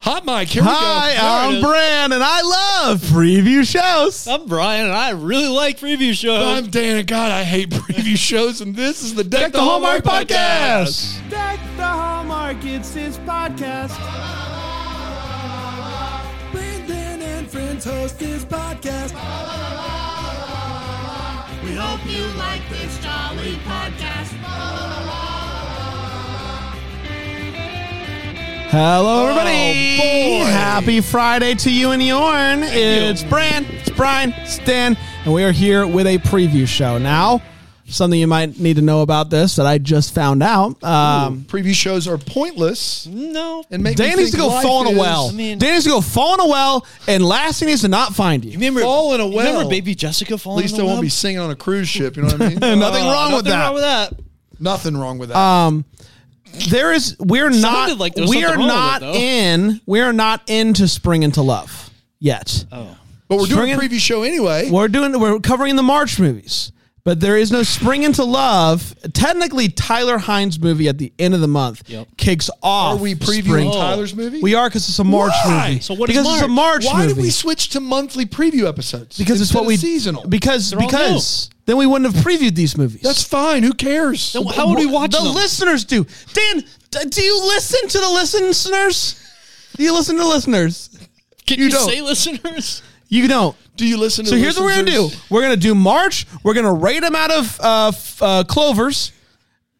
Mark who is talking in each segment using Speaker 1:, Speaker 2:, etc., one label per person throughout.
Speaker 1: Hot mic. Here we go.
Speaker 2: Hi,
Speaker 1: There it
Speaker 2: I'm
Speaker 1: is.
Speaker 2: Brand, and I love preview shows.
Speaker 3: I'm Brian, and I really like preview shows.
Speaker 1: I'm Dan, and God, I hate preview shows, and this is the Deck,
Speaker 2: Check the Hallmark podcast.
Speaker 4: Deck the Hallmark, it's his podcast. Brandon and friends host his podcast.
Speaker 5: We hope you like this jolly podcast.
Speaker 2: Hello, everybody.
Speaker 3: Oh,
Speaker 1: boy.
Speaker 2: Happy Friday to you and Yorn. It's Brand, it's Brian, it's Dan, and we are here with a preview show. Now, something you might need to know about this that I just found out. Um,
Speaker 1: Preview shows are pointless
Speaker 3: no.
Speaker 1: and make me
Speaker 2: Dan needs to
Speaker 1: think
Speaker 2: go
Speaker 1: life
Speaker 2: fall in
Speaker 1: is-
Speaker 2: a well.
Speaker 3: I mean-
Speaker 2: Dan needs to go fall in a well, and last he needs to not find you.
Speaker 3: remember,
Speaker 1: Fall in a
Speaker 3: you
Speaker 1: well.
Speaker 3: Remember baby Jessica
Speaker 1: At
Speaker 3: falling
Speaker 1: least I
Speaker 3: in a
Speaker 1: won't
Speaker 3: well?
Speaker 1: be singing on a cruise ship. You know what I mean?
Speaker 2: nothing wrong with
Speaker 3: Nothing
Speaker 2: that. Uh,
Speaker 3: wrong with Oh, that.
Speaker 1: Nothing wrong with that.
Speaker 2: there is we're not
Speaker 3: like there was
Speaker 2: we are
Speaker 3: something wrong with
Speaker 2: not
Speaker 3: it, though.
Speaker 2: in we are not into spring into love yet.
Speaker 1: but we're doing a
Speaker 2: spring-
Speaker 1: preview show anyway.
Speaker 2: We're doing we're covering the March movies, but there is no spring into love. Technically, Tyler Hines movie at the end of the month
Speaker 3: Yep.
Speaker 2: kicks
Speaker 1: Are
Speaker 2: off.
Speaker 1: we previewing
Speaker 2: spring.
Speaker 1: Tyler's movie?
Speaker 2: We are because it's a March
Speaker 1: Why?
Speaker 2: movie.
Speaker 3: So what is
Speaker 2: because it's a March
Speaker 1: Why
Speaker 2: movie.
Speaker 1: did we switch to monthly preview episodes?
Speaker 2: because it's
Speaker 1: instead
Speaker 2: what
Speaker 1: of
Speaker 2: we
Speaker 1: seasonal.
Speaker 2: Because
Speaker 3: all new.
Speaker 2: because then we wouldn't have previewed these movies.
Speaker 1: that's fine. Who cares?
Speaker 3: Then How would we watch
Speaker 2: the
Speaker 3: them?
Speaker 2: listeners do. Dan, d- do you listen to the listeners? Do you listen to listeners?
Speaker 3: Can
Speaker 1: You
Speaker 3: you,
Speaker 1: don't.
Speaker 3: say listeners?
Speaker 2: You don't.
Speaker 1: Do you listen? to
Speaker 2: So
Speaker 1: the
Speaker 2: here's what we're gonna do.
Speaker 1: listeners?
Speaker 2: We're gonna do March. We're gonna rate them out of uh, f- uh, clovers.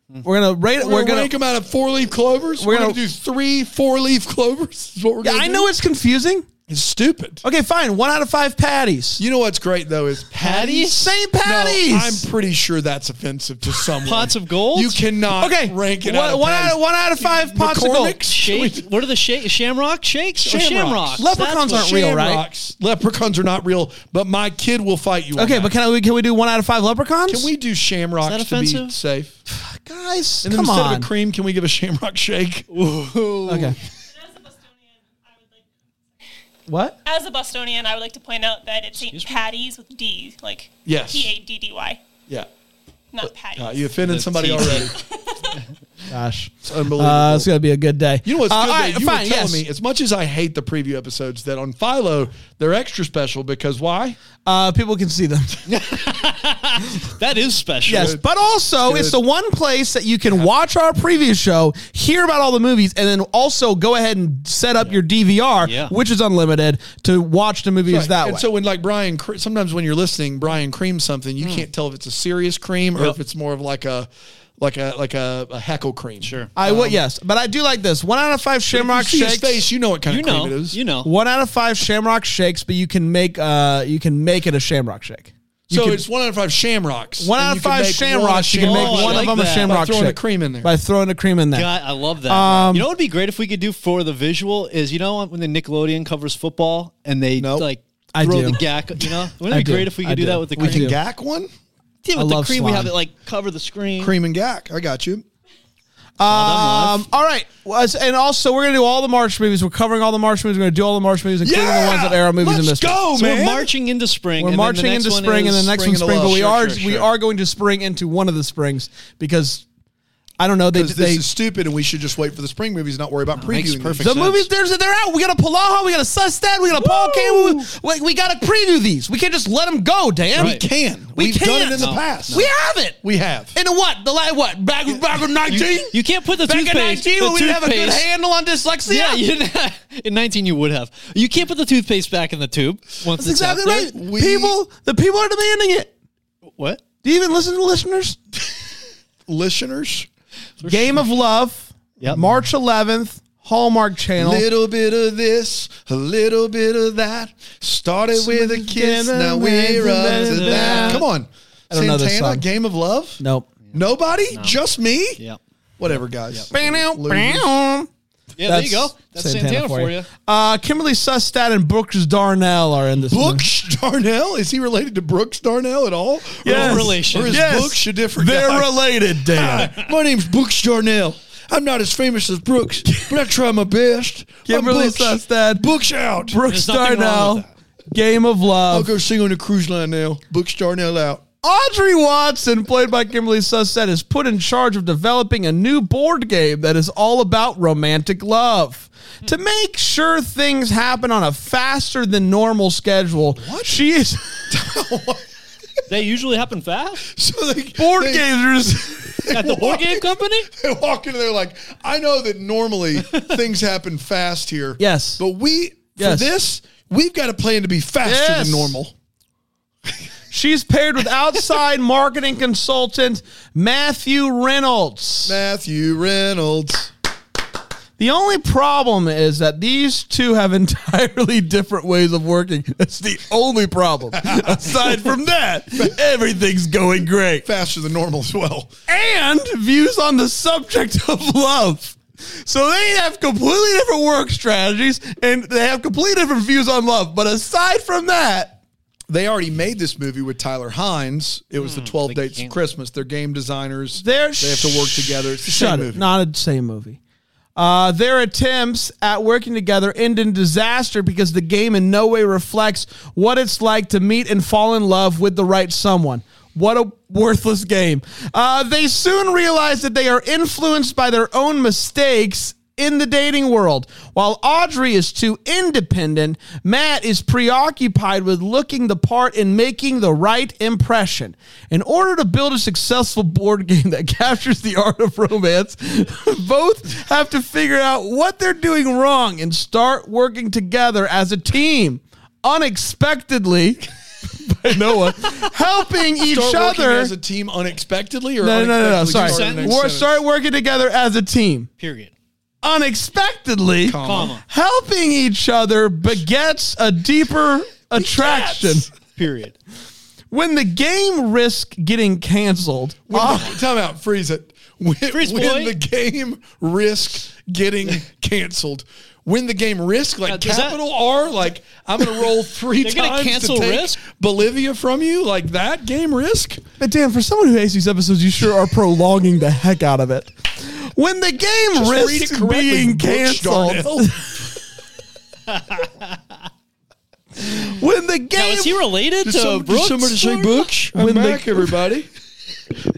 Speaker 2: We're gonna
Speaker 1: We're,
Speaker 2: rate. We're,
Speaker 1: gonna
Speaker 2: gonna.
Speaker 1: rank them out of four leaf clovers. We're,
Speaker 2: We're
Speaker 1: gonna,
Speaker 2: gonna-
Speaker 1: do three four leaf clovers. Is what we're
Speaker 2: Yeah,
Speaker 1: gonna
Speaker 2: I
Speaker 1: do.
Speaker 2: know it's confusing.
Speaker 1: it's stupid.
Speaker 2: Okay, fine. One out of five patties.
Speaker 1: You know what's great though is patties.
Speaker 2: St.
Speaker 1: No,
Speaker 2: Patty's.
Speaker 1: I'm pretty sure that's offensive to someone.
Speaker 3: Pots of gold?
Speaker 1: You cannot
Speaker 2: okay.
Speaker 1: rank it
Speaker 2: one,
Speaker 1: out. Of
Speaker 2: one out. Of, one out of five pots of gold.
Speaker 1: McCormick's?
Speaker 3: Shake, what are the shake, shamrock shakes? Oh,
Speaker 1: Shamrocks.
Speaker 3: shamrocks.
Speaker 2: Leprechauns
Speaker 3: That's
Speaker 2: aren't
Speaker 3: what-
Speaker 2: real, right?
Speaker 1: Shamrocks. Leprechauns are not real, but my kid will fight you. on
Speaker 2: Okay,
Speaker 1: that.
Speaker 2: but can I? Can we do one out of five leprechauns?
Speaker 1: can we do shamrocks
Speaker 3: Is that
Speaker 1: to be
Speaker 3: offensive?
Speaker 1: safe?
Speaker 2: guys?
Speaker 1: And then
Speaker 2: come
Speaker 1: instead
Speaker 2: on.
Speaker 1: of a cream, can we give a shamrock shake?
Speaker 2: okay. What?
Speaker 6: As a Bostonian, I would like to point out that it's St. Patty's with D, like
Speaker 1: Yes.
Speaker 6: P A D D Y,
Speaker 1: Yeah.
Speaker 6: not Patty.
Speaker 1: Uh, you offended somebody
Speaker 3: tea.
Speaker 1: already.
Speaker 2: Gosh,
Speaker 1: It's unbelievable.
Speaker 2: uh, it's gonna be a good day.
Speaker 1: you know what's
Speaker 2: Uh,
Speaker 1: good?
Speaker 2: all
Speaker 1: though?
Speaker 2: right,
Speaker 1: you
Speaker 2: fine,
Speaker 1: were telling
Speaker 2: yes.
Speaker 1: me, as much as I hate the preview episodes, that on Philo, they're extra special because why?
Speaker 2: Uh, people can see them.
Speaker 3: That is special.
Speaker 2: Yes,
Speaker 1: Good.
Speaker 2: but also it's the one place that you can watch our preview show, hear about all the movies, and then also go ahead and set up your DVR,
Speaker 3: Yeah.
Speaker 2: which is unlimited, to watch the movies that
Speaker 1: and
Speaker 2: way.
Speaker 1: so when like Brian, cre- sometimes when you're listening, Brian creams something, you can't tell if it's a serious cream or if it's more of like a, like a, like a, a heckle cream. Sure.
Speaker 2: I would yes, but I do like this one out of five
Speaker 1: um,
Speaker 2: Shamrock
Speaker 1: you see his
Speaker 2: shakes.
Speaker 1: face, you know what kind
Speaker 3: You
Speaker 1: of cream
Speaker 3: know.
Speaker 1: it is.
Speaker 3: You know.
Speaker 2: One out of five Shamrock shakes, but you can make uh you can make it a Shamrock shake.
Speaker 1: So it's one out of five shamrocks.
Speaker 2: One
Speaker 1: and
Speaker 2: out
Speaker 1: you
Speaker 2: of
Speaker 1: can
Speaker 2: five
Speaker 1: make one
Speaker 2: Shamrocks, you can make
Speaker 3: Oh, I
Speaker 2: one
Speaker 3: like
Speaker 2: of them a
Speaker 3: that.
Speaker 2: Shamrock
Speaker 1: By throwing
Speaker 2: shake
Speaker 1: the cream in there.
Speaker 2: by throwing the cream in there.
Speaker 3: God, I love that.
Speaker 2: Um,
Speaker 3: you know what would be great if we could do for the visual is you know when the Nickelodeon covers football and they
Speaker 1: Nope.
Speaker 3: like
Speaker 2: I
Speaker 3: throw
Speaker 2: do.
Speaker 3: the gack, you know? Wouldn't
Speaker 2: I
Speaker 3: it be
Speaker 2: do.
Speaker 3: great if we
Speaker 2: I
Speaker 3: could do,
Speaker 2: do.
Speaker 3: that with the
Speaker 2: We
Speaker 3: cream?
Speaker 2: can do.
Speaker 1: Gack one?
Speaker 3: Yeah,
Speaker 2: I
Speaker 3: with the
Speaker 2: love
Speaker 3: cream we have
Speaker 2: slime.
Speaker 3: it like cover the screen.
Speaker 1: Cream and gack. I got you.
Speaker 2: Um, all right. Well, it's- And also, we're going to do all the March movies. We're covering all the March movies. We're going to do all the March movies, including
Speaker 1: Yeah!
Speaker 2: the ones that air on movies in
Speaker 1: Let's
Speaker 2: this.
Speaker 1: go,
Speaker 3: So
Speaker 1: man.
Speaker 3: we're marching into spring.
Speaker 2: We're
Speaker 3: and then the
Speaker 2: marching
Speaker 3: next
Speaker 2: into
Speaker 3: one
Speaker 2: spring, and
Speaker 3: is
Speaker 2: the next
Speaker 3: spring
Speaker 2: one's
Speaker 3: into
Speaker 2: spring. But
Speaker 3: love.
Speaker 2: we
Speaker 3: Sure,
Speaker 2: are
Speaker 3: sure,
Speaker 2: we
Speaker 3: sure.
Speaker 2: are going to spring into one of the springs because I don't know. They,
Speaker 1: Because this
Speaker 2: they
Speaker 1: is stupid, and we should just wait for the spring movies, and not worry about previewing.
Speaker 3: makes
Speaker 1: these.
Speaker 3: perfect
Speaker 2: the
Speaker 3: sense.
Speaker 2: movies. There's they're out. We got a Palaha. We got a Sustad. We got a Paul Campbell. We, we got to preview these. We can't just let them go. Dan.
Speaker 1: We can.
Speaker 2: We
Speaker 1: We've done
Speaker 2: can't.
Speaker 1: it in the
Speaker 2: No,
Speaker 1: past.
Speaker 2: We haven't.
Speaker 1: We have.
Speaker 2: In what? The like what? Back back with nineteen.
Speaker 3: You can't put the
Speaker 2: Back in
Speaker 3: toothpaste.
Speaker 2: nineteen when
Speaker 3: the
Speaker 2: we didn't have a good
Speaker 3: toothpaste-
Speaker 2: handle on dyslexia.
Speaker 3: Yeah, you didn't have- in 19 you would have. You can't put the toothpaste back in the tube. Once
Speaker 2: That's
Speaker 3: it's out
Speaker 2: exactly
Speaker 3: there.
Speaker 2: right. people, the people are demanding it.
Speaker 3: What?
Speaker 2: Do you even listen to listeners?
Speaker 1: Listeners,
Speaker 2: Game of Love,
Speaker 3: Yep.
Speaker 2: March 11th, Hallmark Channel.
Speaker 1: little bit of this, a little bit of that. Started with a kiss, now we're up to that. Come on,
Speaker 2: I don't know this
Speaker 1: Santana,
Speaker 2: song.
Speaker 1: Game of Love.
Speaker 2: Nope.
Speaker 1: Nobody, just me.
Speaker 3: Yeah.
Speaker 1: Whatever, guys.
Speaker 2: Bow, bow.
Speaker 3: Yeah,
Speaker 2: That's
Speaker 3: there you go. That's Santana, for you.
Speaker 2: Uh, Kimberly Sustad and Brooks Darnell are in this. one.
Speaker 1: Brooks Darnell? Is he related to Brooks Darnell at all?
Speaker 2: Yes.
Speaker 3: No relation.
Speaker 1: Or is
Speaker 2: Yes.
Speaker 1: Brooks a different
Speaker 2: They're
Speaker 1: guy?
Speaker 2: related, Dan.
Speaker 1: Hi, my name's Brooks Darnell. I'm not as famous as Brooks, but I try my best. I'm
Speaker 2: Kimberly
Speaker 1: Brooks.
Speaker 2: Sustad.
Speaker 1: Brooks out.
Speaker 2: Brooks
Speaker 3: nothing wrong
Speaker 2: Darnell.
Speaker 3: with
Speaker 2: Game of
Speaker 1: I'll
Speaker 2: Love.
Speaker 1: go sing on the cruise line now. Brooks Darnell out.
Speaker 2: Audrey Watson, played by Kimberly Susset, is put in charge of developing a new board game that is all about romantic love. To make sure things happen on a faster than normal schedule, she is
Speaker 3: They usually happen fast
Speaker 1: So they,
Speaker 2: board
Speaker 1: they-
Speaker 2: gamers.
Speaker 3: at the board game company.
Speaker 1: They walk in and they're like, I know that normally things happen fast here.
Speaker 2: Yes.
Speaker 1: But we,
Speaker 2: Yes.
Speaker 1: for this, we've got a plan to be faster
Speaker 2: Yes.
Speaker 1: than normal.
Speaker 2: She's paired with outside marketing consultant Matthew Reynolds.
Speaker 1: Matthew Reynolds.
Speaker 2: The only problem is that these two have entirely different ways of working. That's the only problem. Aside from that, everything's going great.
Speaker 1: Faster than normal as well.
Speaker 2: And views on the subject of love. So they have completely different work strategies and they have completely different views on love. But aside from that,
Speaker 1: They already made this movie with Tyler Hines. It was the 12 Dates of Christmas. They're game designers.
Speaker 2: they're
Speaker 1: Hmm, They have to work together. It's the
Speaker 2: Shut
Speaker 1: same
Speaker 2: it.
Speaker 1: movie.
Speaker 2: Not a same movie. Uh, their attempts at working together end in disaster because the game in no way reflects what it's like to meet and fall in love with the right someone. What a worthless game. Uh, they soon realize that they are influenced by their own mistakes in the dating world. While Audrey is too independent, Matt is preoccupied with looking the part and making the right impression. In order to build a successful board game that captures the art of romance, both have to figure out what they're doing wrong and start working together as a team. Unexpectedly, by Noah, helping each
Speaker 1: Start working
Speaker 2: other.
Speaker 1: as a team unexpectedly or
Speaker 2: no, no, no, no,
Speaker 1: unexpectedly
Speaker 2: sorry.
Speaker 1: start in the next
Speaker 2: We're-
Speaker 1: sentence?
Speaker 2: Start working together as a team
Speaker 3: Period.
Speaker 2: unexpectedly
Speaker 3: Comma.
Speaker 2: helping each other begets a deeper attraction.
Speaker 3: Period.
Speaker 2: When the game risks getting canceled,
Speaker 1: When
Speaker 2: Au-
Speaker 1: the- time out. Freeze it. When,
Speaker 3: Ah. Freeze,
Speaker 1: when
Speaker 3: boy.
Speaker 1: the game risk getting canceled. When the game risk, like
Speaker 3: Uh, does that-
Speaker 1: capital R, like I'm going to roll three
Speaker 3: They're gonna
Speaker 1: times
Speaker 3: cancel
Speaker 1: to take
Speaker 3: Risk?
Speaker 1: Bolivia from you, like that game risk.
Speaker 2: But damn, for someone who hates these episodes, you sure are prolonging the heck out of it. When the game
Speaker 1: read
Speaker 2: risks
Speaker 1: it correctly,
Speaker 2: being
Speaker 1: Butch Darnell.
Speaker 2: canceled, when the
Speaker 3: Now,
Speaker 2: game
Speaker 3: is he related to
Speaker 1: Some-
Speaker 3: Brooks?
Speaker 1: somebody say Books? I'm
Speaker 2: When the-
Speaker 1: back, everybody.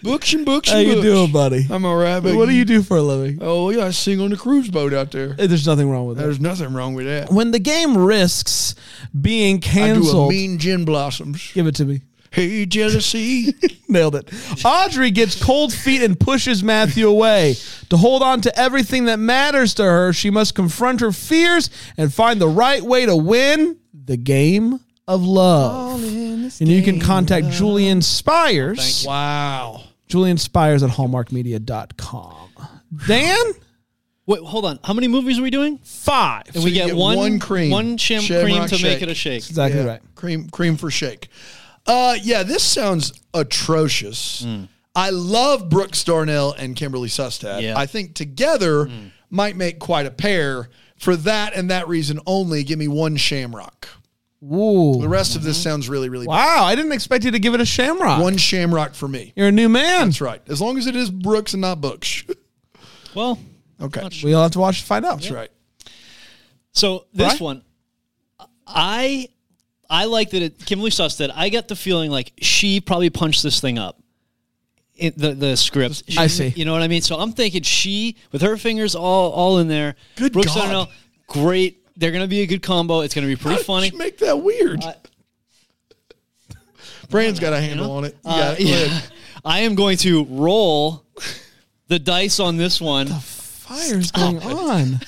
Speaker 1: Books and books.
Speaker 2: how
Speaker 1: And
Speaker 2: you
Speaker 1: books.
Speaker 2: doing, buddy?
Speaker 1: I'm all right.
Speaker 2: what do you do for a living?
Speaker 1: Oh yeah, I sing on the cruise boat out there.
Speaker 2: There's nothing wrong with that.
Speaker 1: There's nothing wrong with that.
Speaker 2: When the game risks being
Speaker 1: I do a
Speaker 2: canceled,
Speaker 1: mean gin blossoms.
Speaker 2: give it to me.
Speaker 1: Hey jealousy.
Speaker 2: Nailed it. Audrey gets cold feet and pushes Matthew away. To hold on to everything that matters to her, she must confront her fears and find the right way to win the game of love. And you can contact Julian Spires.
Speaker 1: wow.
Speaker 2: Julian Spires at hallmarkmedia.com. Dan,
Speaker 3: Wait, hold on. How many movies are we doing?
Speaker 2: five.
Speaker 3: And we
Speaker 1: you
Speaker 3: get,
Speaker 1: get
Speaker 3: one,
Speaker 1: one cream.
Speaker 3: one shim cream
Speaker 1: Shamrock
Speaker 3: to make
Speaker 1: shake.
Speaker 3: it a shake.
Speaker 2: Exactly
Speaker 1: Yeah.
Speaker 2: right.
Speaker 1: Cream cream for shake. Uh, yeah, this sounds atrocious.
Speaker 3: Hmm.
Speaker 1: I love Brooks Darnell and Kimberly Sustad.
Speaker 3: Yeah. Hmm.
Speaker 1: I think together might make quite a pair. For that and that reason only, give me one Shamrock. The
Speaker 2: Ooh.
Speaker 1: rest of
Speaker 3: Mm-hmm.
Speaker 1: this sounds really, really bad.
Speaker 2: Wow, I didn't expect you to give it a shamrock.
Speaker 1: One Shamrock for me.
Speaker 2: You're a new man.
Speaker 1: That's right. As long as it is Brooks and not Books.
Speaker 3: Well,
Speaker 1: Okay.
Speaker 2: We'll have to watch to find out.
Speaker 1: That's right.
Speaker 3: so this
Speaker 2: Right?
Speaker 3: one, I I like that it, Kimberly Susted. I got the feeling like she probably punched this thing up. It, the the script.
Speaker 2: I
Speaker 3: She-
Speaker 2: see.
Speaker 3: You know what I mean? So I'm thinking she with her fingers all all in there.
Speaker 1: Good
Speaker 3: Brooks
Speaker 1: God.
Speaker 3: Darnell, great. They're gonna be a good combo. It's gonna be pretty
Speaker 1: How did
Speaker 3: funny. Uh,
Speaker 1: you make that weird.
Speaker 3: I-
Speaker 1: Brand's got a handle on it. You
Speaker 3: Uh,
Speaker 1: got it. Go
Speaker 3: yeah.
Speaker 1: ahead.
Speaker 3: I am going to roll the dice on this one.
Speaker 2: Fire's going on.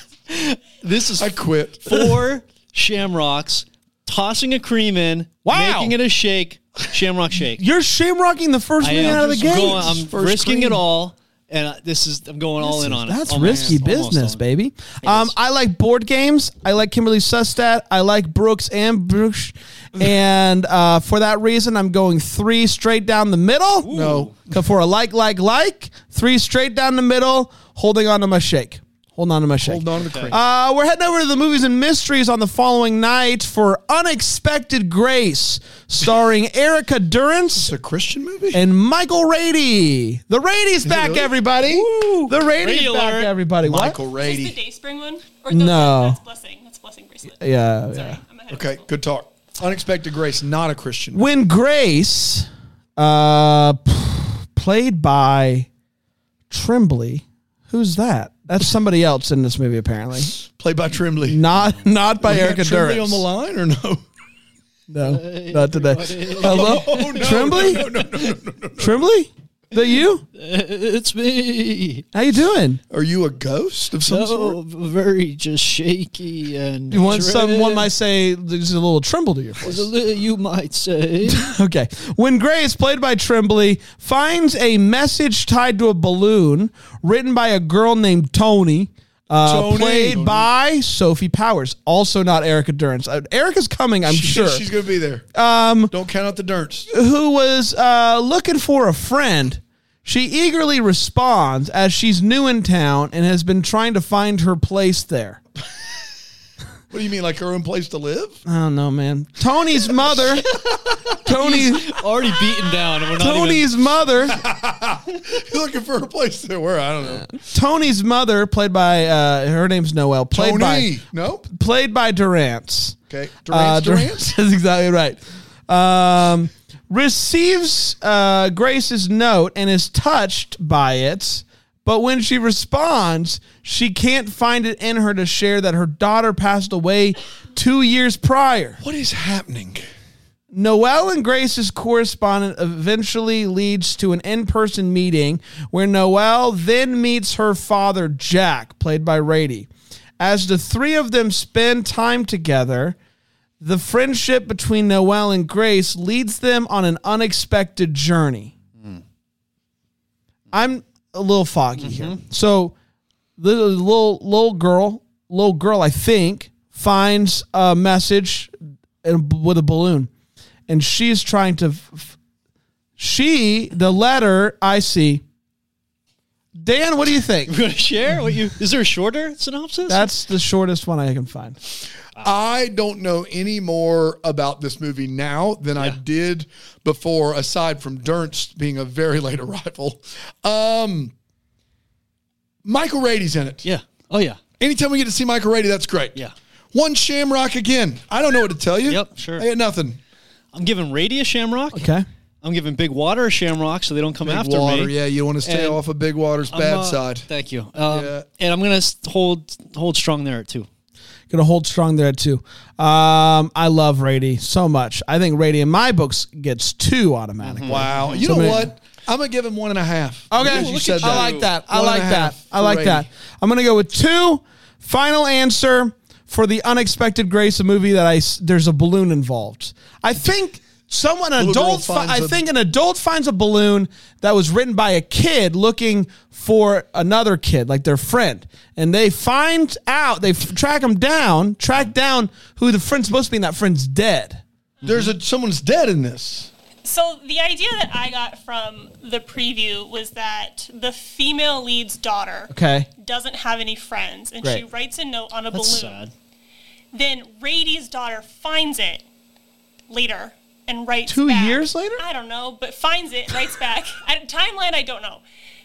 Speaker 3: This is
Speaker 1: I quit.
Speaker 3: four shamrocks, tossing a cream in,
Speaker 2: Wow.
Speaker 3: making it a shake, shamrock shake.
Speaker 2: You're shamrocking the first
Speaker 3: I
Speaker 2: man
Speaker 3: am
Speaker 2: out of the gate.
Speaker 3: going- I'm
Speaker 1: First
Speaker 3: risking
Speaker 1: cream.
Speaker 3: it all, and I- this is I'm going all in on it.
Speaker 2: That's
Speaker 3: Almost,
Speaker 2: risky
Speaker 3: almost
Speaker 2: business,
Speaker 3: on it.
Speaker 2: baby. Um, I like board games. I like Kimberly Sustat. I like Brooks and Brooks. And uh, for that reason, I'm going three straight down the middle.
Speaker 1: No.
Speaker 2: For a like, like, like, three straight down the middle, holding on to my shake. Holding on to my shake.
Speaker 1: Hold on to the cream.
Speaker 2: Uh, we're heading over to the movies and mysteries on the following night for Unexpected Grace, starring Erica Durance
Speaker 1: it's a Christian movie?
Speaker 2: and Michael Rady. The Rady's back,
Speaker 1: really?
Speaker 2: everybody. The Rady's
Speaker 3: Rady
Speaker 2: back,
Speaker 3: alert.
Speaker 2: everybody. What?
Speaker 1: Michael
Speaker 6: Is this the
Speaker 1: Rady.
Speaker 6: day spring one? Or
Speaker 2: No.
Speaker 6: That's blessing. That's blessing bracelet.
Speaker 2: Yeah, yeah.
Speaker 6: I'm ahead of
Speaker 1: Okay,
Speaker 6: people.
Speaker 1: good talk. Unexpected Grace, not a Christian.
Speaker 2: When Grace Uh, p- played by Tremblay. Who's that? That's somebody else in this movie, apparently.
Speaker 1: Played by Trimley.
Speaker 2: Not not by
Speaker 1: We got
Speaker 2: Erica
Speaker 1: Trimley
Speaker 2: Durance.
Speaker 1: on the line or no?
Speaker 2: No, not today. Hello,
Speaker 1: Oh, no,
Speaker 2: Tremblay.
Speaker 1: no, no, no, no.
Speaker 2: Tremblay, is that you?
Speaker 3: It's me.
Speaker 2: How you doing?
Speaker 1: Are you a ghost of some sort?
Speaker 3: So very just shaky and.
Speaker 2: You want
Speaker 3: tri-
Speaker 2: someone might say there's a little tremble to your voice.
Speaker 3: You might say.
Speaker 2: Okay. When Grace, played by Tremblay, finds a message tied to a balloon written by a girl named Tony, uh,
Speaker 1: Tony.
Speaker 2: played by Sophie Powers, also not Erica Durance. Uh, Erica's coming, I'm
Speaker 1: She-
Speaker 2: sure.
Speaker 1: she's gonna be there. Um, don't count out the Durns.
Speaker 2: who was uh, looking for a friend. She eagerly responds as she's new in town and has been trying to find her place there.
Speaker 1: What do you mean, like her own place to live?
Speaker 2: I don't know, man. Tony's mother, Tony,
Speaker 3: Already beaten down. And we're not even-
Speaker 2: Tony's mother
Speaker 1: You're looking for a place to where? I don't know.
Speaker 2: Tony's mother, played by uh, her name's Noelle, played
Speaker 1: Tony.
Speaker 2: by
Speaker 1: Nope.
Speaker 2: played by Durance.
Speaker 1: Okay.
Speaker 2: Uh,
Speaker 1: Durant's Durant.
Speaker 2: That's exactly right. Um, receives uh, Grace's note and is touched by it, but when she responds, she can't find it in her to share that her daughter passed away two years prior.
Speaker 1: What is happening?
Speaker 2: Noelle and Grace's correspondent eventually leads to an in person meeting where Noelle then meets her father, Jack, played by Rady. As the three of them spend time together, the friendship between Noelle and Grace leads them on an unexpected journey. I'm a little foggy here. So, the little little girl, little girl, I think, finds a message in, with a balloon, and she's trying to. f- f- she the letter I see. Dan, what do you think?
Speaker 3: You want to share what you? Is there a shorter synopsis?
Speaker 2: That's the shortest one I can find.
Speaker 1: I don't know any more about this movie now than I did before, aside from Durst being a very late arrival. Um, Michael Rady's in it.
Speaker 3: yeah. Oh yeah.
Speaker 1: Anytime we get to see Michael Rady, that's great.
Speaker 3: Yeah.
Speaker 1: One Shamrock again. I don't know what to tell you.
Speaker 3: Yep, sure.
Speaker 1: I got nothing.
Speaker 3: I'm giving Rady a shamrock.
Speaker 2: Okay,
Speaker 3: I'm giving Big Water a shamrock so they don't come
Speaker 1: Big
Speaker 3: after
Speaker 1: water.
Speaker 3: me.
Speaker 1: Yeah, you want to stay
Speaker 3: And
Speaker 1: off of Big Water's
Speaker 3: I'm,
Speaker 1: bad
Speaker 3: uh,
Speaker 1: side.
Speaker 3: Thank you. Um,
Speaker 1: Yeah.
Speaker 3: And I'm gonna s- hold hold strong there too.
Speaker 2: gonna hold strong there too. Um, I love Rady so much. I think Rady in my books gets two automatic.
Speaker 3: Mm-hmm.
Speaker 1: Wow. You know
Speaker 2: Somebody-
Speaker 1: what? I'm gonna give him one and a half.
Speaker 2: Okay,
Speaker 1: Because you said
Speaker 2: I like that. I
Speaker 1: One
Speaker 2: like
Speaker 1: and a
Speaker 2: that.
Speaker 1: half
Speaker 2: I like
Speaker 1: for
Speaker 2: that.
Speaker 1: Brady.
Speaker 2: I'm gonna go with two. Final answer for the unexpected grace, a movie that I s- there's a balloon involved. I think someone an
Speaker 1: Little girl
Speaker 2: adult. Fi-
Speaker 1: finds
Speaker 2: I
Speaker 1: a-
Speaker 2: think an adult finds a balloon that was written by a kid looking for another kid, like their friend, and they find out they f- track them down, track down who the friend's supposed to be, and that friend's dead.
Speaker 1: There's a someone's dead in this.
Speaker 6: So the idea that I got from the preview was that the female lead's daughter
Speaker 2: Okay.
Speaker 6: doesn't have any friends, and she
Speaker 2: Right.
Speaker 6: writes a note on a
Speaker 3: That's
Speaker 6: balloon.
Speaker 3: sad.
Speaker 6: Then Rady's daughter finds it later and writes
Speaker 2: Two
Speaker 6: back.
Speaker 2: years later?
Speaker 6: I don't know, but finds it, writes back. At timeline, I don't know,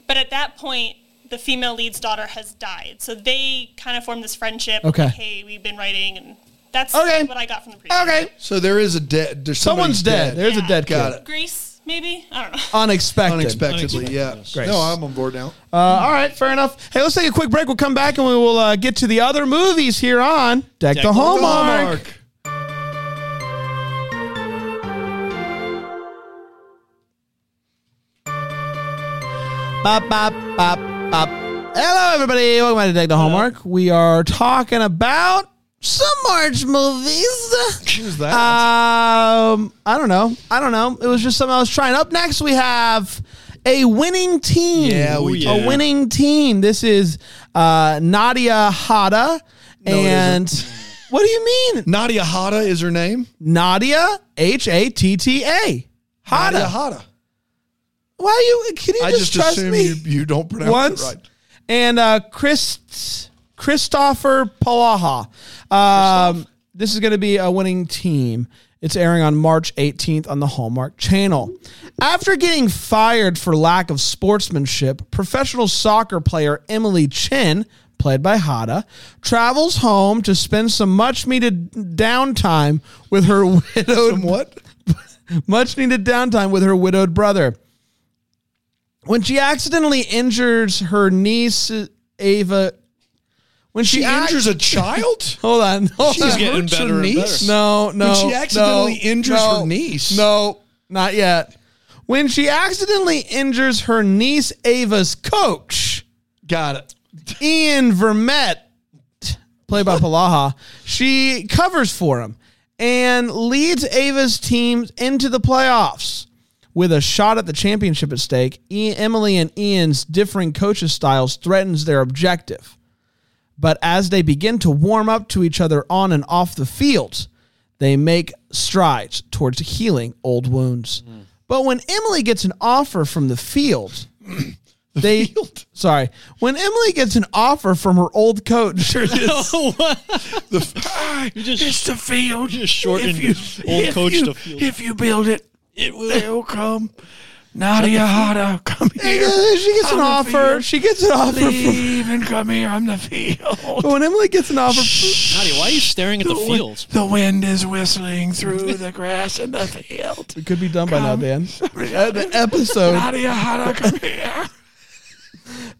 Speaker 6: but at that point, the female lead's daughter has died, so they kind of form this friendship.
Speaker 2: Okay.
Speaker 6: like, hey, we've been writing, and that's
Speaker 2: Okay.
Speaker 6: what I got from the preview.
Speaker 2: Okay,
Speaker 1: So there is a dead. There's
Speaker 2: someone's
Speaker 1: somebody's
Speaker 2: dead. There's a
Speaker 6: Yeah.
Speaker 2: dead kid.
Speaker 1: Got it.
Speaker 6: Grace, maybe I don't know.
Speaker 2: Unexpected.
Speaker 1: Unexpectedly, yeah.
Speaker 2: Grace.
Speaker 1: No, I'm on board now.
Speaker 2: Uh, all right, fair enough. Hey, let's take a quick break. We'll come back and we will uh, get to the other movies here on Deck, the
Speaker 3: the
Speaker 2: Hallmark.
Speaker 1: Hallmark.
Speaker 2: Bop, bop, bop, bop. Hello, everybody. Welcome back to Deck the Hallmark. We are talking about some March movies.
Speaker 1: Who's that?
Speaker 2: Um, I don't know. I don't know. It was just something I was trying. Up next, we have a winning team.
Speaker 1: Yeah, we
Speaker 3: Ooh, yeah.
Speaker 2: a winning team. This is uh, Nadia Hada
Speaker 1: it
Speaker 2: and. What do you mean?
Speaker 1: Nadia Hada is her name.
Speaker 2: Nadia H A T T A.
Speaker 1: Nadia
Speaker 2: Hada.
Speaker 1: Hada.
Speaker 2: Why you? Can you
Speaker 1: I
Speaker 2: just,
Speaker 1: just,
Speaker 2: trust
Speaker 1: assume
Speaker 2: me
Speaker 1: you, you don't pronounce
Speaker 2: once?
Speaker 1: it right.
Speaker 2: And uh, Chris Christopher Palaha. Um, this is going to be a winning team. It's airing on March 18th on the Hallmark Channel. After getting fired for lack of sportsmanship, professional soccer player Emily Chin, played by Hada, travels home to spend some much needed downtime with her widowed
Speaker 1: From what?
Speaker 2: much needed downtime with her widowed brother. When she accidentally injures her niece, Ava. When she,
Speaker 1: She injures
Speaker 2: ac-
Speaker 1: a child?
Speaker 2: Hold on. Hold
Speaker 1: She's
Speaker 2: on.
Speaker 3: getting
Speaker 1: hurts
Speaker 3: better
Speaker 1: her
Speaker 3: and better.
Speaker 1: niece?
Speaker 2: No, no.
Speaker 1: When she
Speaker 2: no,
Speaker 1: accidentally injures
Speaker 2: no,
Speaker 1: her niece.
Speaker 2: No, not yet. When she accidentally injures her niece Ava's coach,
Speaker 1: Got it.
Speaker 2: Ian Vermette, played by Palaha, she covers for him and leads Ava's team into the playoffs. With a shot at the championship at stake, Ian, Emily and Ian's differing coaches' styles threatens their objective. But as they begin to warm up to each other on and off the field, they make strides towards healing old wounds. But when Emily gets an offer from the field, they sorry, when Emily gets an offer from her old coach,
Speaker 3: Oh, You just
Speaker 1: Ah, It's the field.
Speaker 3: you just shortened old
Speaker 1: if
Speaker 3: coach
Speaker 1: you-
Speaker 3: to field.
Speaker 1: If you build it, it will come. Nadia Hada, come here.
Speaker 2: she gets
Speaker 1: I'm
Speaker 2: an
Speaker 1: the
Speaker 2: offer.
Speaker 1: field.
Speaker 2: She gets an offer from.
Speaker 1: Leave and come here. I'm the field.
Speaker 2: But when Emily gets an offer,
Speaker 3: Nadia, why are you staring at Oh, the
Speaker 1: wi-
Speaker 3: field?
Speaker 1: the wind is whistling through the grass in the field.
Speaker 2: it could be done by now, Dan. Uh, the episode.
Speaker 1: Nadia Hada, come here.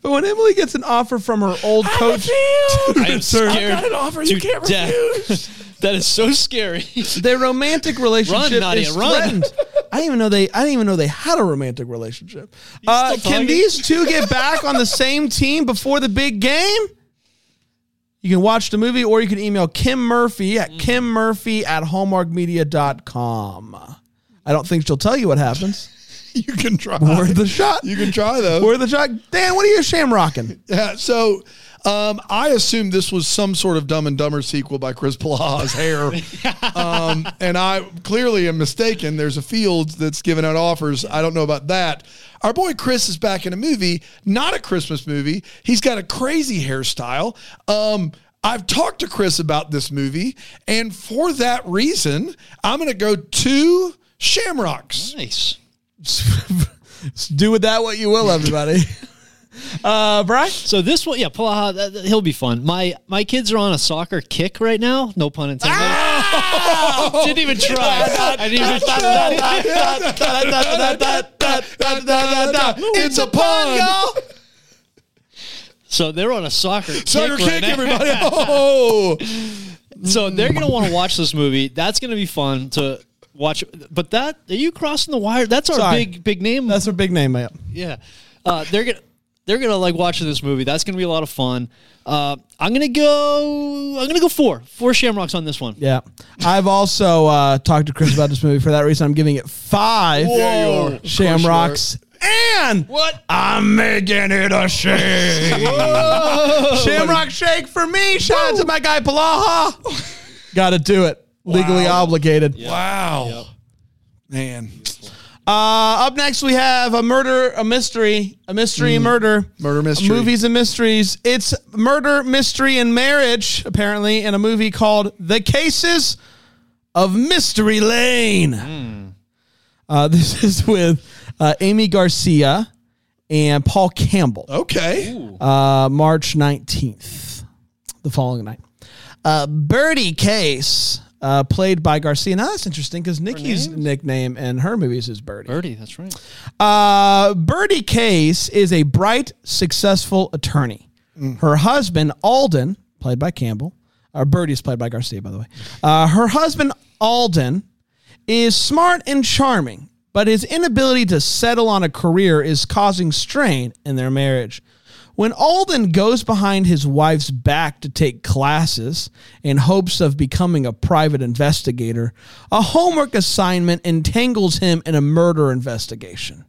Speaker 2: But when Emily gets an offer from her old
Speaker 1: I'm the
Speaker 2: coach,
Speaker 1: field.
Speaker 3: I am scared.
Speaker 1: I got an offer you
Speaker 3: to
Speaker 1: can't
Speaker 3: death.
Speaker 1: refuse.
Speaker 3: That is so scary.
Speaker 2: their romantic relationship
Speaker 3: Nadia,
Speaker 2: is
Speaker 3: run.
Speaker 2: threatened. I didn't even know they. I didn't even know they had a romantic relationship. Uh,
Speaker 3: still
Speaker 2: can
Speaker 3: talking?
Speaker 2: these two get back on the same team before the big game? You can watch the movie, or you can email Kim Murphy
Speaker 3: Mm-hmm.
Speaker 2: at kimmurphy at hallmarkmedia.com. I don't think she'll tell you what happens.
Speaker 1: You can try.
Speaker 2: Worth the shot.
Speaker 1: You can try though.
Speaker 2: Or the shot. Dan, what are you shamrocking?
Speaker 1: Yeah, so um, I assumed this was some sort of Dumb and Dumber sequel by Chris Palaha's hair. um, and I clearly am mistaken. There's a field that's giving out offers. I don't know about that. Our boy Chris is back in a movie, not a Christmas movie. He's got a crazy hairstyle. Um, I've talked to Chris about this movie. And for that reason, I'm going to go two shamrocks.
Speaker 3: nice.
Speaker 2: Do with that what you will, everybody. Uh, Brian?
Speaker 3: So this one, yeah, Palaha, that- that- he'll be fun. My my kids are on a soccer kick right now. No pun intended. Didn't even try. I didn't even try.
Speaker 1: it's a pun, y'all.
Speaker 3: So they're on a soccer
Speaker 1: Sucker
Speaker 3: kick, right
Speaker 1: kick,
Speaker 3: now.
Speaker 1: everybody. Oh.
Speaker 3: So they're gonna want to watch this movie. That's gonna be fun to watch. But that are you crossing the wire? That's our
Speaker 2: Sorry.
Speaker 3: big big name.
Speaker 2: That's her big name, man.
Speaker 3: yeah. Uh, they're gonna they're gonna like watching this movie. That's gonna be a lot of fun. Uh, I'm gonna go. I'm gonna go four four Shamrocks on this one.
Speaker 2: Yeah. I've also uh, talked to Chris about this movie. For that reason, I'm giving it five
Speaker 1: Yeah, you are. Of course
Speaker 2: shamrocks. And
Speaker 3: What?
Speaker 2: I'm making it a shake. Shamrock shake for me. Shout out to my guy, Palaha. Got to do it. Legally obligated.
Speaker 1: Wow. Man.
Speaker 2: Uh, up next, we have a murder, a mystery, a mystery, murder,
Speaker 1: Mm. Murder mystery.
Speaker 2: movies and mysteries. It's murder, mystery, and marriage apparently in a movie called "The Cases of Mystery Lane."
Speaker 1: Mm.
Speaker 2: Uh, this is with uh, Amy Garcia and Paul Campbell.
Speaker 1: Okay.
Speaker 2: Uh, March nineteenth, the following night. Uh, Birdie Case, uh, played by Garcia. Now that's interesting because Nikki's nickname in her movies is Birdie.
Speaker 3: Birdie, that's right.
Speaker 2: Uh, Birdie Case is a bright, successful attorney. Her husband, Alden, played by Campbell, or Birdie is played by Garcia, by the way. Uh, her husband, Alden, is smart and charming, but his inability to settle on a career is causing strain in their marriage. When Alden goes behind his wife's back to take classes in hopes of becoming a private investigator, a homework assignment entangles him in a murder investigation.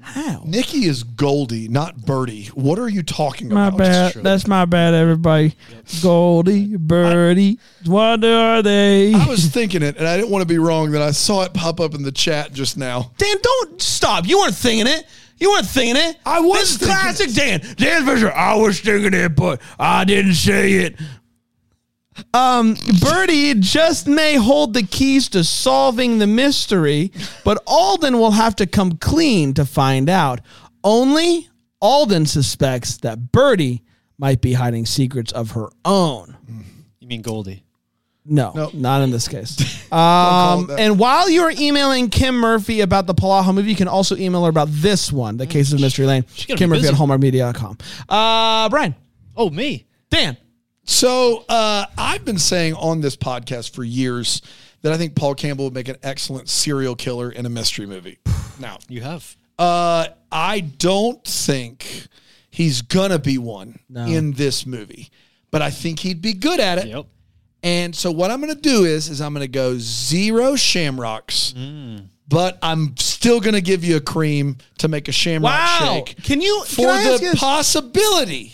Speaker 2: How?
Speaker 1: Nikki is Goldie, not Birdie. What are you talking
Speaker 7: My
Speaker 1: about?
Speaker 7: bad. That's my bad, everybody. Goldie, Birdie, what are they?
Speaker 1: I was thinking it, and I didn't want to be wrong. That I saw it pop up in the chat just now.
Speaker 2: Dan, don't stop. You weren't thinking it. You weren't thinking it.
Speaker 1: I was
Speaker 2: This is
Speaker 1: thinking
Speaker 2: classic Dan. Dan Fisher. I was thinking it, but I didn't say it. Um, Birdie just may hold the keys to solving the mystery, but Alden will have to come clean to find out. Only Alden suspects that Birdie might be hiding secrets of her own.
Speaker 3: You mean Goldie?
Speaker 2: No,
Speaker 1: Nope.
Speaker 2: not in this case.
Speaker 1: call it
Speaker 2: Um,
Speaker 1: that.
Speaker 2: and while you are emailing Kim Murphy about the Palaho movie, you can also email her about this one, The Case of Mystery Lane.
Speaker 3: Mm-hmm. she's gonna
Speaker 2: Kim
Speaker 3: be
Speaker 2: Murphy at
Speaker 3: busy.
Speaker 2: hallmarkmedia.com. Uh, Brian,
Speaker 3: Oh, me.
Speaker 2: Dan,
Speaker 1: So uh, I've been saying on this podcast for years that I think Paul Campbell would make an excellent serial killer in a mystery movie. Now,
Speaker 3: You have.
Speaker 1: uh, I don't think he's gonna be one in this movie, but I think he'd be good at it.
Speaker 3: Yep.
Speaker 1: And so what I'm going to do is is I'm going to go zero shamrocks, but I'm still going to give you a cream to make a shamrock
Speaker 2: Wow.
Speaker 1: shake.
Speaker 2: Can you-
Speaker 1: for
Speaker 2: can I ask you
Speaker 1: the
Speaker 2: this?
Speaker 1: possibility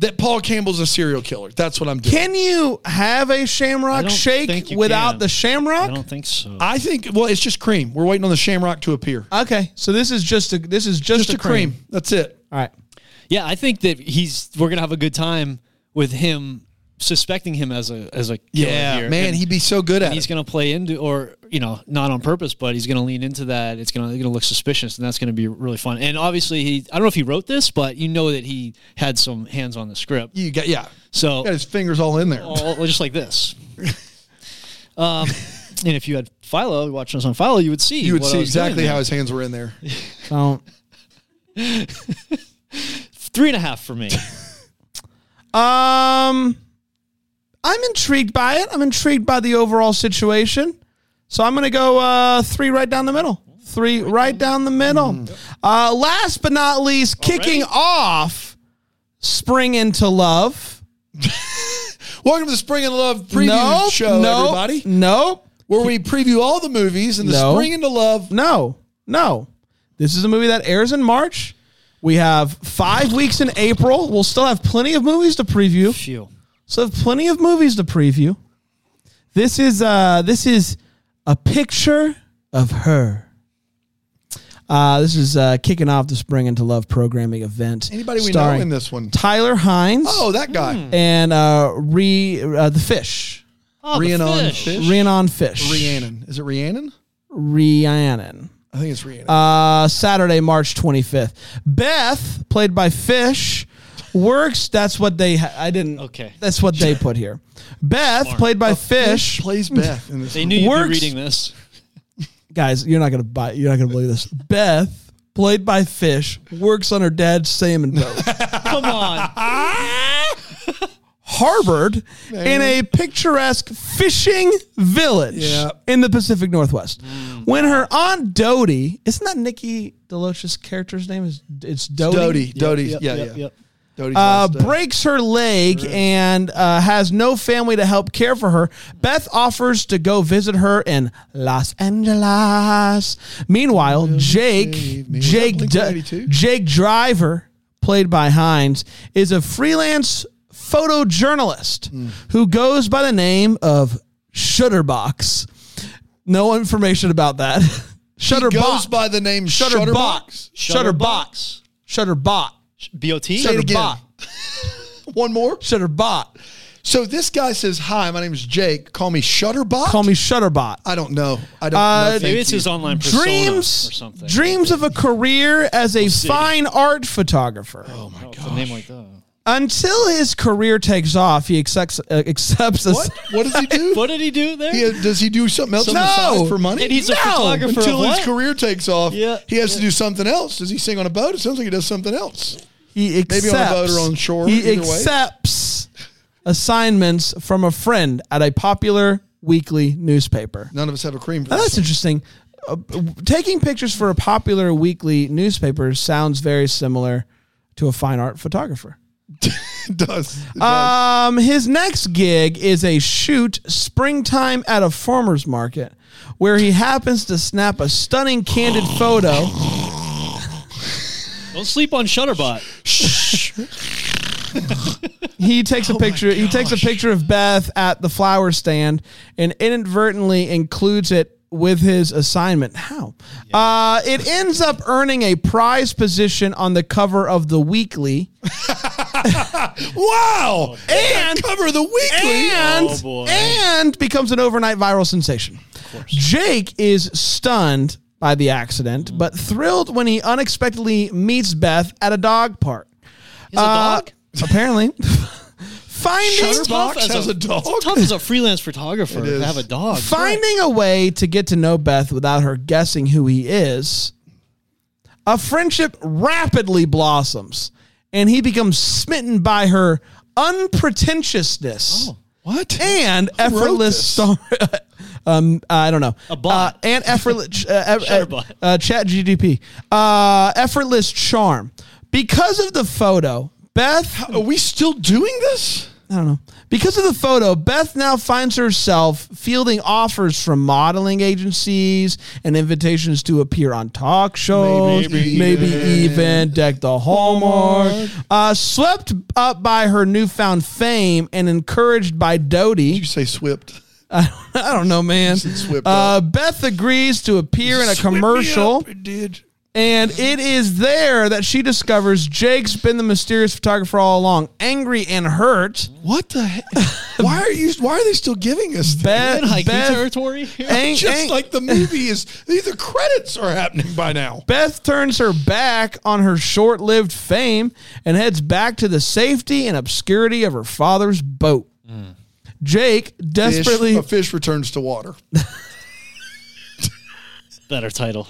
Speaker 1: that Paul Campbell's a serial killer? That's what I'm doing.
Speaker 2: can you have a
Speaker 3: I
Speaker 2: shamrock
Speaker 3: don't think
Speaker 2: shake
Speaker 3: you
Speaker 2: without
Speaker 3: can.
Speaker 2: the
Speaker 3: I
Speaker 2: shamrock?
Speaker 3: don't think so.
Speaker 1: I think well, it's just cream. We're waiting on the shamrock to appear.
Speaker 2: Okay, so this is just a this is just,
Speaker 1: Just a cream. That's it.
Speaker 2: All right.
Speaker 3: yeah, I think that he's. We're gonna have a good time with him suspecting him as a as a killer here.
Speaker 1: man,
Speaker 3: And-
Speaker 1: he'd be so good at
Speaker 3: and he's
Speaker 1: it.
Speaker 3: going to play into or you know not on purpose but he's going to lean into that it's going to going to look suspicious and that's going to be really fun and obviously he i don't know if he wrote this but you know that he had some hands on the script
Speaker 1: you got yeah.
Speaker 3: so
Speaker 1: Got his fingers all in there.
Speaker 3: all- just like this um and if you had philo watching us on philo you would see
Speaker 1: you would
Speaker 3: what I
Speaker 1: see
Speaker 3: was doing
Speaker 1: exactly
Speaker 3: there.
Speaker 1: how his hands were in there.
Speaker 2: Don't.
Speaker 3: three and a half for me
Speaker 2: Um, I'm intrigued by it. I'm intrigued by the overall situation. So I'm going to go uh, three right down the middle. Three right down the
Speaker 1: Mm.
Speaker 2: middle. Uh, last but not least, kicking off Spring Into Love.
Speaker 1: Welcome to the Spring and Love preview
Speaker 2: Nope,
Speaker 1: show,
Speaker 2: nope,
Speaker 1: everybody.
Speaker 2: Nope.
Speaker 1: where we preview all the movies and the
Speaker 2: No.
Speaker 1: spring into love.
Speaker 2: No, no. This is a movie that airs in March. We have five weeks in April. We'll still have plenty of movies to preview.
Speaker 3: phew
Speaker 2: So have plenty of movies to preview. This is uh this is a picture of her. Uh, this is uh, kicking off the Spring into Love programming event.
Speaker 1: Anybody we
Speaker 2: starring
Speaker 1: know in this one?
Speaker 2: Tyler Hines
Speaker 1: Oh, that guy.
Speaker 2: and uh, Re uh, the Fish,
Speaker 3: oh, the
Speaker 1: Rhiannon
Speaker 3: fish.
Speaker 1: Fish.
Speaker 2: Rhiannon Fish,
Speaker 1: Rhiannon. Is it Rhiannon?
Speaker 2: Rhiannon.
Speaker 1: I think it's Rhiannon.
Speaker 2: Uh, Saturday, March 25th. Beth, played by Fish, works. That's what they. Ha- I didn't.
Speaker 3: Okay.
Speaker 2: That's what they put here. Beth, played
Speaker 1: Oh,
Speaker 2: by Fish.
Speaker 1: plays Beth in this.
Speaker 3: they knew you'd
Speaker 2: Works.
Speaker 3: be reading this
Speaker 2: guys, you're not gonna buy. You're not gonna believe this. Beth, played by Fish, works on her dad's salmon boat,
Speaker 3: come on
Speaker 2: harbored in a picturesque fishing village
Speaker 1: Yeah.
Speaker 2: in the Pacific Northwest. When her aunt Dodie, isn't that Nikki Deloche's character's name? Is it's
Speaker 1: Dodie.
Speaker 2: Dodie?
Speaker 1: Dodie. yeah,
Speaker 3: yep,
Speaker 1: yeah.
Speaker 3: yep.
Speaker 1: Dodie's
Speaker 2: uh,
Speaker 1: last day.
Speaker 2: breaks her leg and uh, has no family to help care for her. Beth offers to go visit her in Los Angeles. Meanwhile, Jake
Speaker 1: save me.
Speaker 2: Jake
Speaker 1: Was that Blink-182?
Speaker 2: D- Jake Driver, played by Hines, is a freelance photojournalist who goes by the name of Shutterbox. No information about that. Shutterbox.
Speaker 1: goes by the name Shutterbox.
Speaker 2: Shutterbox. Shutterbox. Shutterbot.
Speaker 3: bot
Speaker 1: it again.
Speaker 2: Shutterbot.
Speaker 1: One more.
Speaker 2: Shutterbot.
Speaker 1: So this guy says, "Hi, my name is Jake. Call me Shutterbot."
Speaker 2: Call me Shutterbot.
Speaker 1: I don't know. I don't
Speaker 2: Uh,
Speaker 1: know.
Speaker 3: maybe
Speaker 1: Thank
Speaker 3: it's
Speaker 1: you.
Speaker 3: his online persona
Speaker 2: dreams
Speaker 3: or something
Speaker 2: dreams of a career as a fine art photographer.
Speaker 3: Oh, it's a name like that
Speaker 2: Until his career takes off, he accepts uh, accepts a
Speaker 1: What? What does he do?
Speaker 3: what did he do there
Speaker 1: He- uh, does he do something else on the
Speaker 2: No.
Speaker 1: side for money?
Speaker 3: And he's a
Speaker 1: No.
Speaker 3: photographer
Speaker 1: until
Speaker 3: of
Speaker 1: his
Speaker 3: what?
Speaker 1: career takes off.
Speaker 3: Yeah.
Speaker 1: he has to do something else. Does he sing on a boat? It sounds like he does something else.
Speaker 2: he accepts,
Speaker 1: Maybe on a boat or on shore,
Speaker 2: He
Speaker 1: either way.
Speaker 2: accepts assignments from a friend at a popular weekly newspaper.
Speaker 1: None of us have a cream. For
Speaker 2: Now,
Speaker 1: this
Speaker 2: that's interesting. Uh, taking pictures for a popular weekly newspaper sounds very similar to a fine art photographer.
Speaker 1: It does. It does.
Speaker 2: Um, his next gig is a shoot springtime at a farmer's market where he happens to snap a stunning candid photo.
Speaker 3: Don't sleep on Shutterbot.
Speaker 2: He takes a picture he takes a picture of Beth at the flower stand and inadvertently includes it with his assignment. How? Uh, it ends up earning a prize position on the cover of the weekly.
Speaker 1: Wow! And cover the weekly.
Speaker 2: and
Speaker 3: Oh, boy.
Speaker 2: and becomes an overnight viral sensation. Jake is stunned by the accident,
Speaker 3: Mm.
Speaker 2: but thrilled when he
Speaker 3: Uh,
Speaker 2: unexpectedly meets Beth at a dog park.
Speaker 3: He's a dog.
Speaker 2: Apparently. finding
Speaker 1: Shutterbox
Speaker 3: as
Speaker 1: has
Speaker 3: a-
Speaker 1: a dog.
Speaker 3: It's tough as a freelance photographer
Speaker 1: It is.
Speaker 3: to have a dog.
Speaker 2: finding a way to get to know Beth without her guessing who he is, a friendship rapidly blossoms, and he becomes smitten by her
Speaker 3: Oh.
Speaker 2: unpretentiousness
Speaker 1: What?
Speaker 2: and effortless star. um, I don't know.
Speaker 3: A bot.
Speaker 2: Uh, and effortless. Uh, uh,
Speaker 3: Shutterbot.
Speaker 2: uh, chat GDP. Uh, effortless charm. Because of the photo, Beth
Speaker 1: Are we still doing this?
Speaker 2: I don't know. Because of the photo, Beth now finds herself fielding offers from modeling agencies and invitations to appear on talk shows,
Speaker 1: Maybe
Speaker 2: maybe,
Speaker 1: even.
Speaker 2: even deck the hallmark. Uh, swept up by her newfound fame and encouraged by Doty,
Speaker 1: You say swipped.
Speaker 2: I don't know, man.
Speaker 1: swept
Speaker 2: Uh, Beth agrees to appear in a
Speaker 1: Swipped me
Speaker 2: commercial.
Speaker 1: up, it did.
Speaker 2: And it is there that she discovers Jake's been the mysterious photographer all along, angry and hurt.
Speaker 1: What the heck? why are you? Why are they still giving us? That?
Speaker 2: Beth,
Speaker 3: in hiking
Speaker 2: Beth,
Speaker 3: territory. here?
Speaker 2: ang-
Speaker 1: Just
Speaker 2: ang-
Speaker 1: like the movie is. The credits are happening by now.
Speaker 2: Beth turns her back on her short lived fame and heads back to the safety and obscurity of her father's boat. Jake
Speaker 1: Mm. Fish,
Speaker 2: desperately
Speaker 1: a fish returns to water.
Speaker 3: Better title.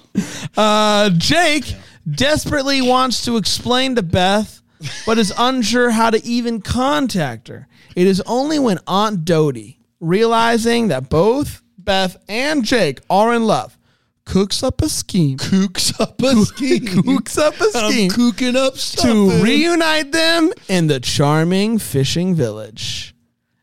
Speaker 2: Uh, Jake desperately wants to explain to Beth, but is unsure how to even contact her. It is only when Aunt Doty, realizing that both Beth and Jake are in love, cooks up a scheme.
Speaker 1: Kooks up a scheme.
Speaker 2: Cooks up a
Speaker 1: I'm
Speaker 2: scheme
Speaker 1: kooking up something.
Speaker 2: to reunite them in the charming fishing village.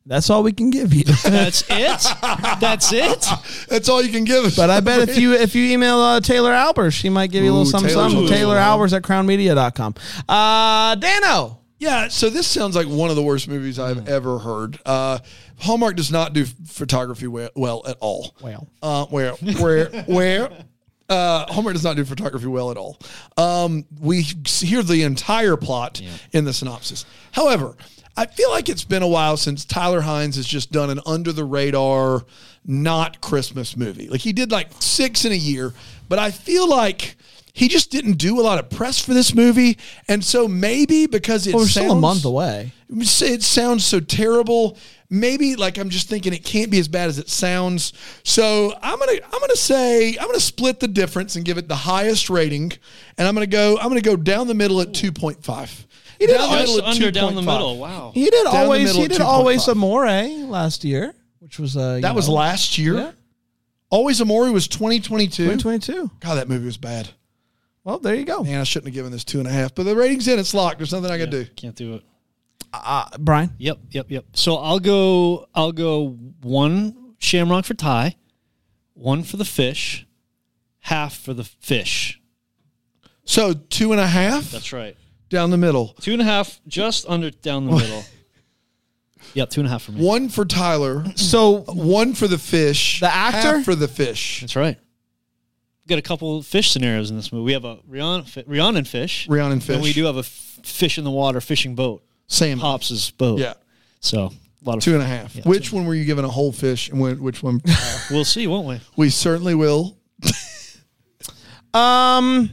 Speaker 2: That's all we can give you.
Speaker 3: That's it. That's it.
Speaker 1: That's all you can give us.
Speaker 2: But I bet if you if you email uh, Taylor Albers, she might give you a
Speaker 1: Ooh,
Speaker 2: little something.
Speaker 1: Taylor's
Speaker 2: something.
Speaker 1: a little-
Speaker 2: Taylor Albers at crownmedia.com. Uh, Dano.
Speaker 1: Yeah, so this sounds like one of the worst movies I've ever heard. Uh, Hallmark does not do f- photography we- well at all.
Speaker 2: Well.
Speaker 1: uh, where, where, where? Uh, Hallmark does not do photography well at all. Um, we s- hear the entire plot in the synopsis. However, I feel like it's been a while since Tyler Hines has just done an under the radar, not Christmas movie. Like he did like six in a year, but I feel like. He just didn't do a lot of press for this movie, and so maybe because it
Speaker 2: Well, we're
Speaker 1: sounds,
Speaker 2: still a month away.
Speaker 1: It sounds so terrible. Maybe like I'm just thinking it can't be as bad as it sounds. So I'm gonna I'm gonna say I'm gonna split the difference and give it the highest rating, and I'm gonna go I'm gonna go down the middle at 2.5. Down the middle
Speaker 3: Just
Speaker 1: at
Speaker 3: under down the
Speaker 1: 2.5.
Speaker 3: middle. Wow.
Speaker 2: He
Speaker 1: Down
Speaker 2: did
Speaker 1: the
Speaker 2: always
Speaker 1: middle
Speaker 2: he
Speaker 1: at
Speaker 2: did always
Speaker 1: 2.5.
Speaker 2: Amore last year, which was uh, you
Speaker 1: That was
Speaker 2: know,
Speaker 1: last year.
Speaker 2: Yeah.
Speaker 1: Always Amori was 2022.
Speaker 2: 2022.
Speaker 1: God, that movie was bad.
Speaker 2: Well, there you go.
Speaker 1: Man, I shouldn't have given this two and a half, but the rating's in. It's locked. There's nothing I can do.
Speaker 3: Can't do it.
Speaker 2: Uh, Brian.
Speaker 3: Yep, yep, yep. So I'll go. I'll go one shamrock for Ty, one for the fish, half for the fish.
Speaker 1: So two and a half
Speaker 3: That's right.
Speaker 1: down the middle.
Speaker 3: Two and a half, just under down the middle. yep, two and a half for me.
Speaker 1: One for Tyler,
Speaker 2: So
Speaker 1: one for the fish,
Speaker 2: The actor?
Speaker 1: half for the fish.
Speaker 3: That's right. We've got a couple fish scenarios in this movie. We have a Rihanna, fi- Rihanna fish.
Speaker 1: Rhiannon fish.
Speaker 3: And we do have a f- fish in the water fishing boat.
Speaker 1: Same.
Speaker 3: Hops' boat.
Speaker 1: Yeah.
Speaker 3: So a lot of
Speaker 1: Two and a half.
Speaker 3: Yeah,
Speaker 1: which one were you given a whole fish and when, which one?
Speaker 3: We'll see, won't we?
Speaker 1: we certainly will.
Speaker 2: um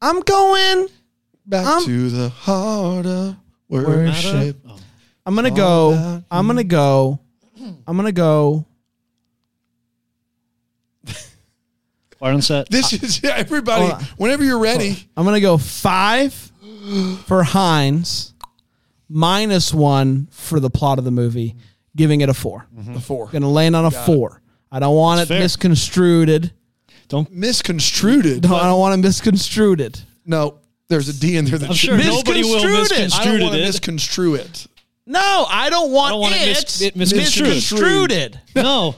Speaker 2: I'm going
Speaker 1: Back
Speaker 2: Um,
Speaker 1: to the heart of worship.
Speaker 3: Oh,
Speaker 2: I'm gonna
Speaker 1: that
Speaker 2: go. I'm gonna go. I'm gonna go.
Speaker 3: fire on set.
Speaker 1: This is everybody.
Speaker 2: Hold on.
Speaker 1: Whenever you're ready,
Speaker 2: I'm gonna go five for Hines, minus one for the plot of the movie, giving it a 4
Speaker 1: Mm-hmm. the four.
Speaker 2: Gonna land on a four. I don't want it
Speaker 3: fair.
Speaker 2: misconstrued.
Speaker 1: Misconstrued.
Speaker 2: No, I don't want it misconstrued.
Speaker 1: No, there's a D in there that
Speaker 3: I'm sure
Speaker 1: shouldn't-
Speaker 3: nobody will
Speaker 2: Misconstrued it.
Speaker 1: I don't
Speaker 3: misconstrue
Speaker 1: want to
Speaker 3: it.
Speaker 1: misconstrue it.
Speaker 2: No, I don't want,
Speaker 3: I don't want it
Speaker 2: it,
Speaker 3: mis- it misconstrued.
Speaker 2: misconstrued.
Speaker 3: no.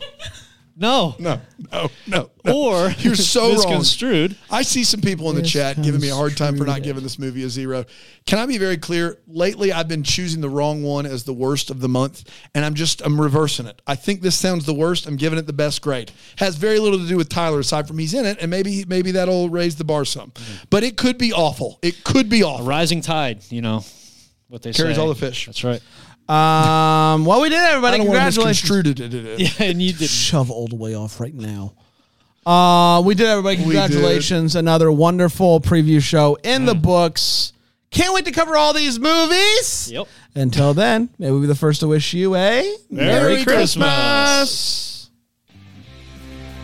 Speaker 3: No.
Speaker 1: No, no, no. no.
Speaker 3: Or
Speaker 1: You're so wrong.
Speaker 3: misconstrued.
Speaker 1: I see some people in the chat giving me a hard time for not giving this movie a zero. Can I be very clear? Lately, I've been choosing the wrong one as the worst of the month, and I'm just I'm reversing it. I think this sounds the worst. I'm giving it the best grade. Has very little to do with Tyler aside from he's in it, and maybe maybe that'll raise the bar some.
Speaker 3: Mm-hmm.
Speaker 1: But it could be awful. It could be awful.
Speaker 3: Rising tide, you know what they say.
Speaker 1: Carries all the fish.
Speaker 3: That's right.
Speaker 2: Um, well, we did, it,
Speaker 1: I
Speaker 2: everybody.
Speaker 1: don't want to
Speaker 2: Congratulations.
Speaker 1: misconstrue it. it- it- it.
Speaker 3: Yeah, and you did.
Speaker 2: shove old way off right now. Uh, we did everybody.
Speaker 1: We did.
Speaker 2: Congratulations! Another wonderful preview show in the books. Can't wait to cover all these movies.
Speaker 3: Yep.
Speaker 2: Until then, may we be the first to wish you a
Speaker 3: Merry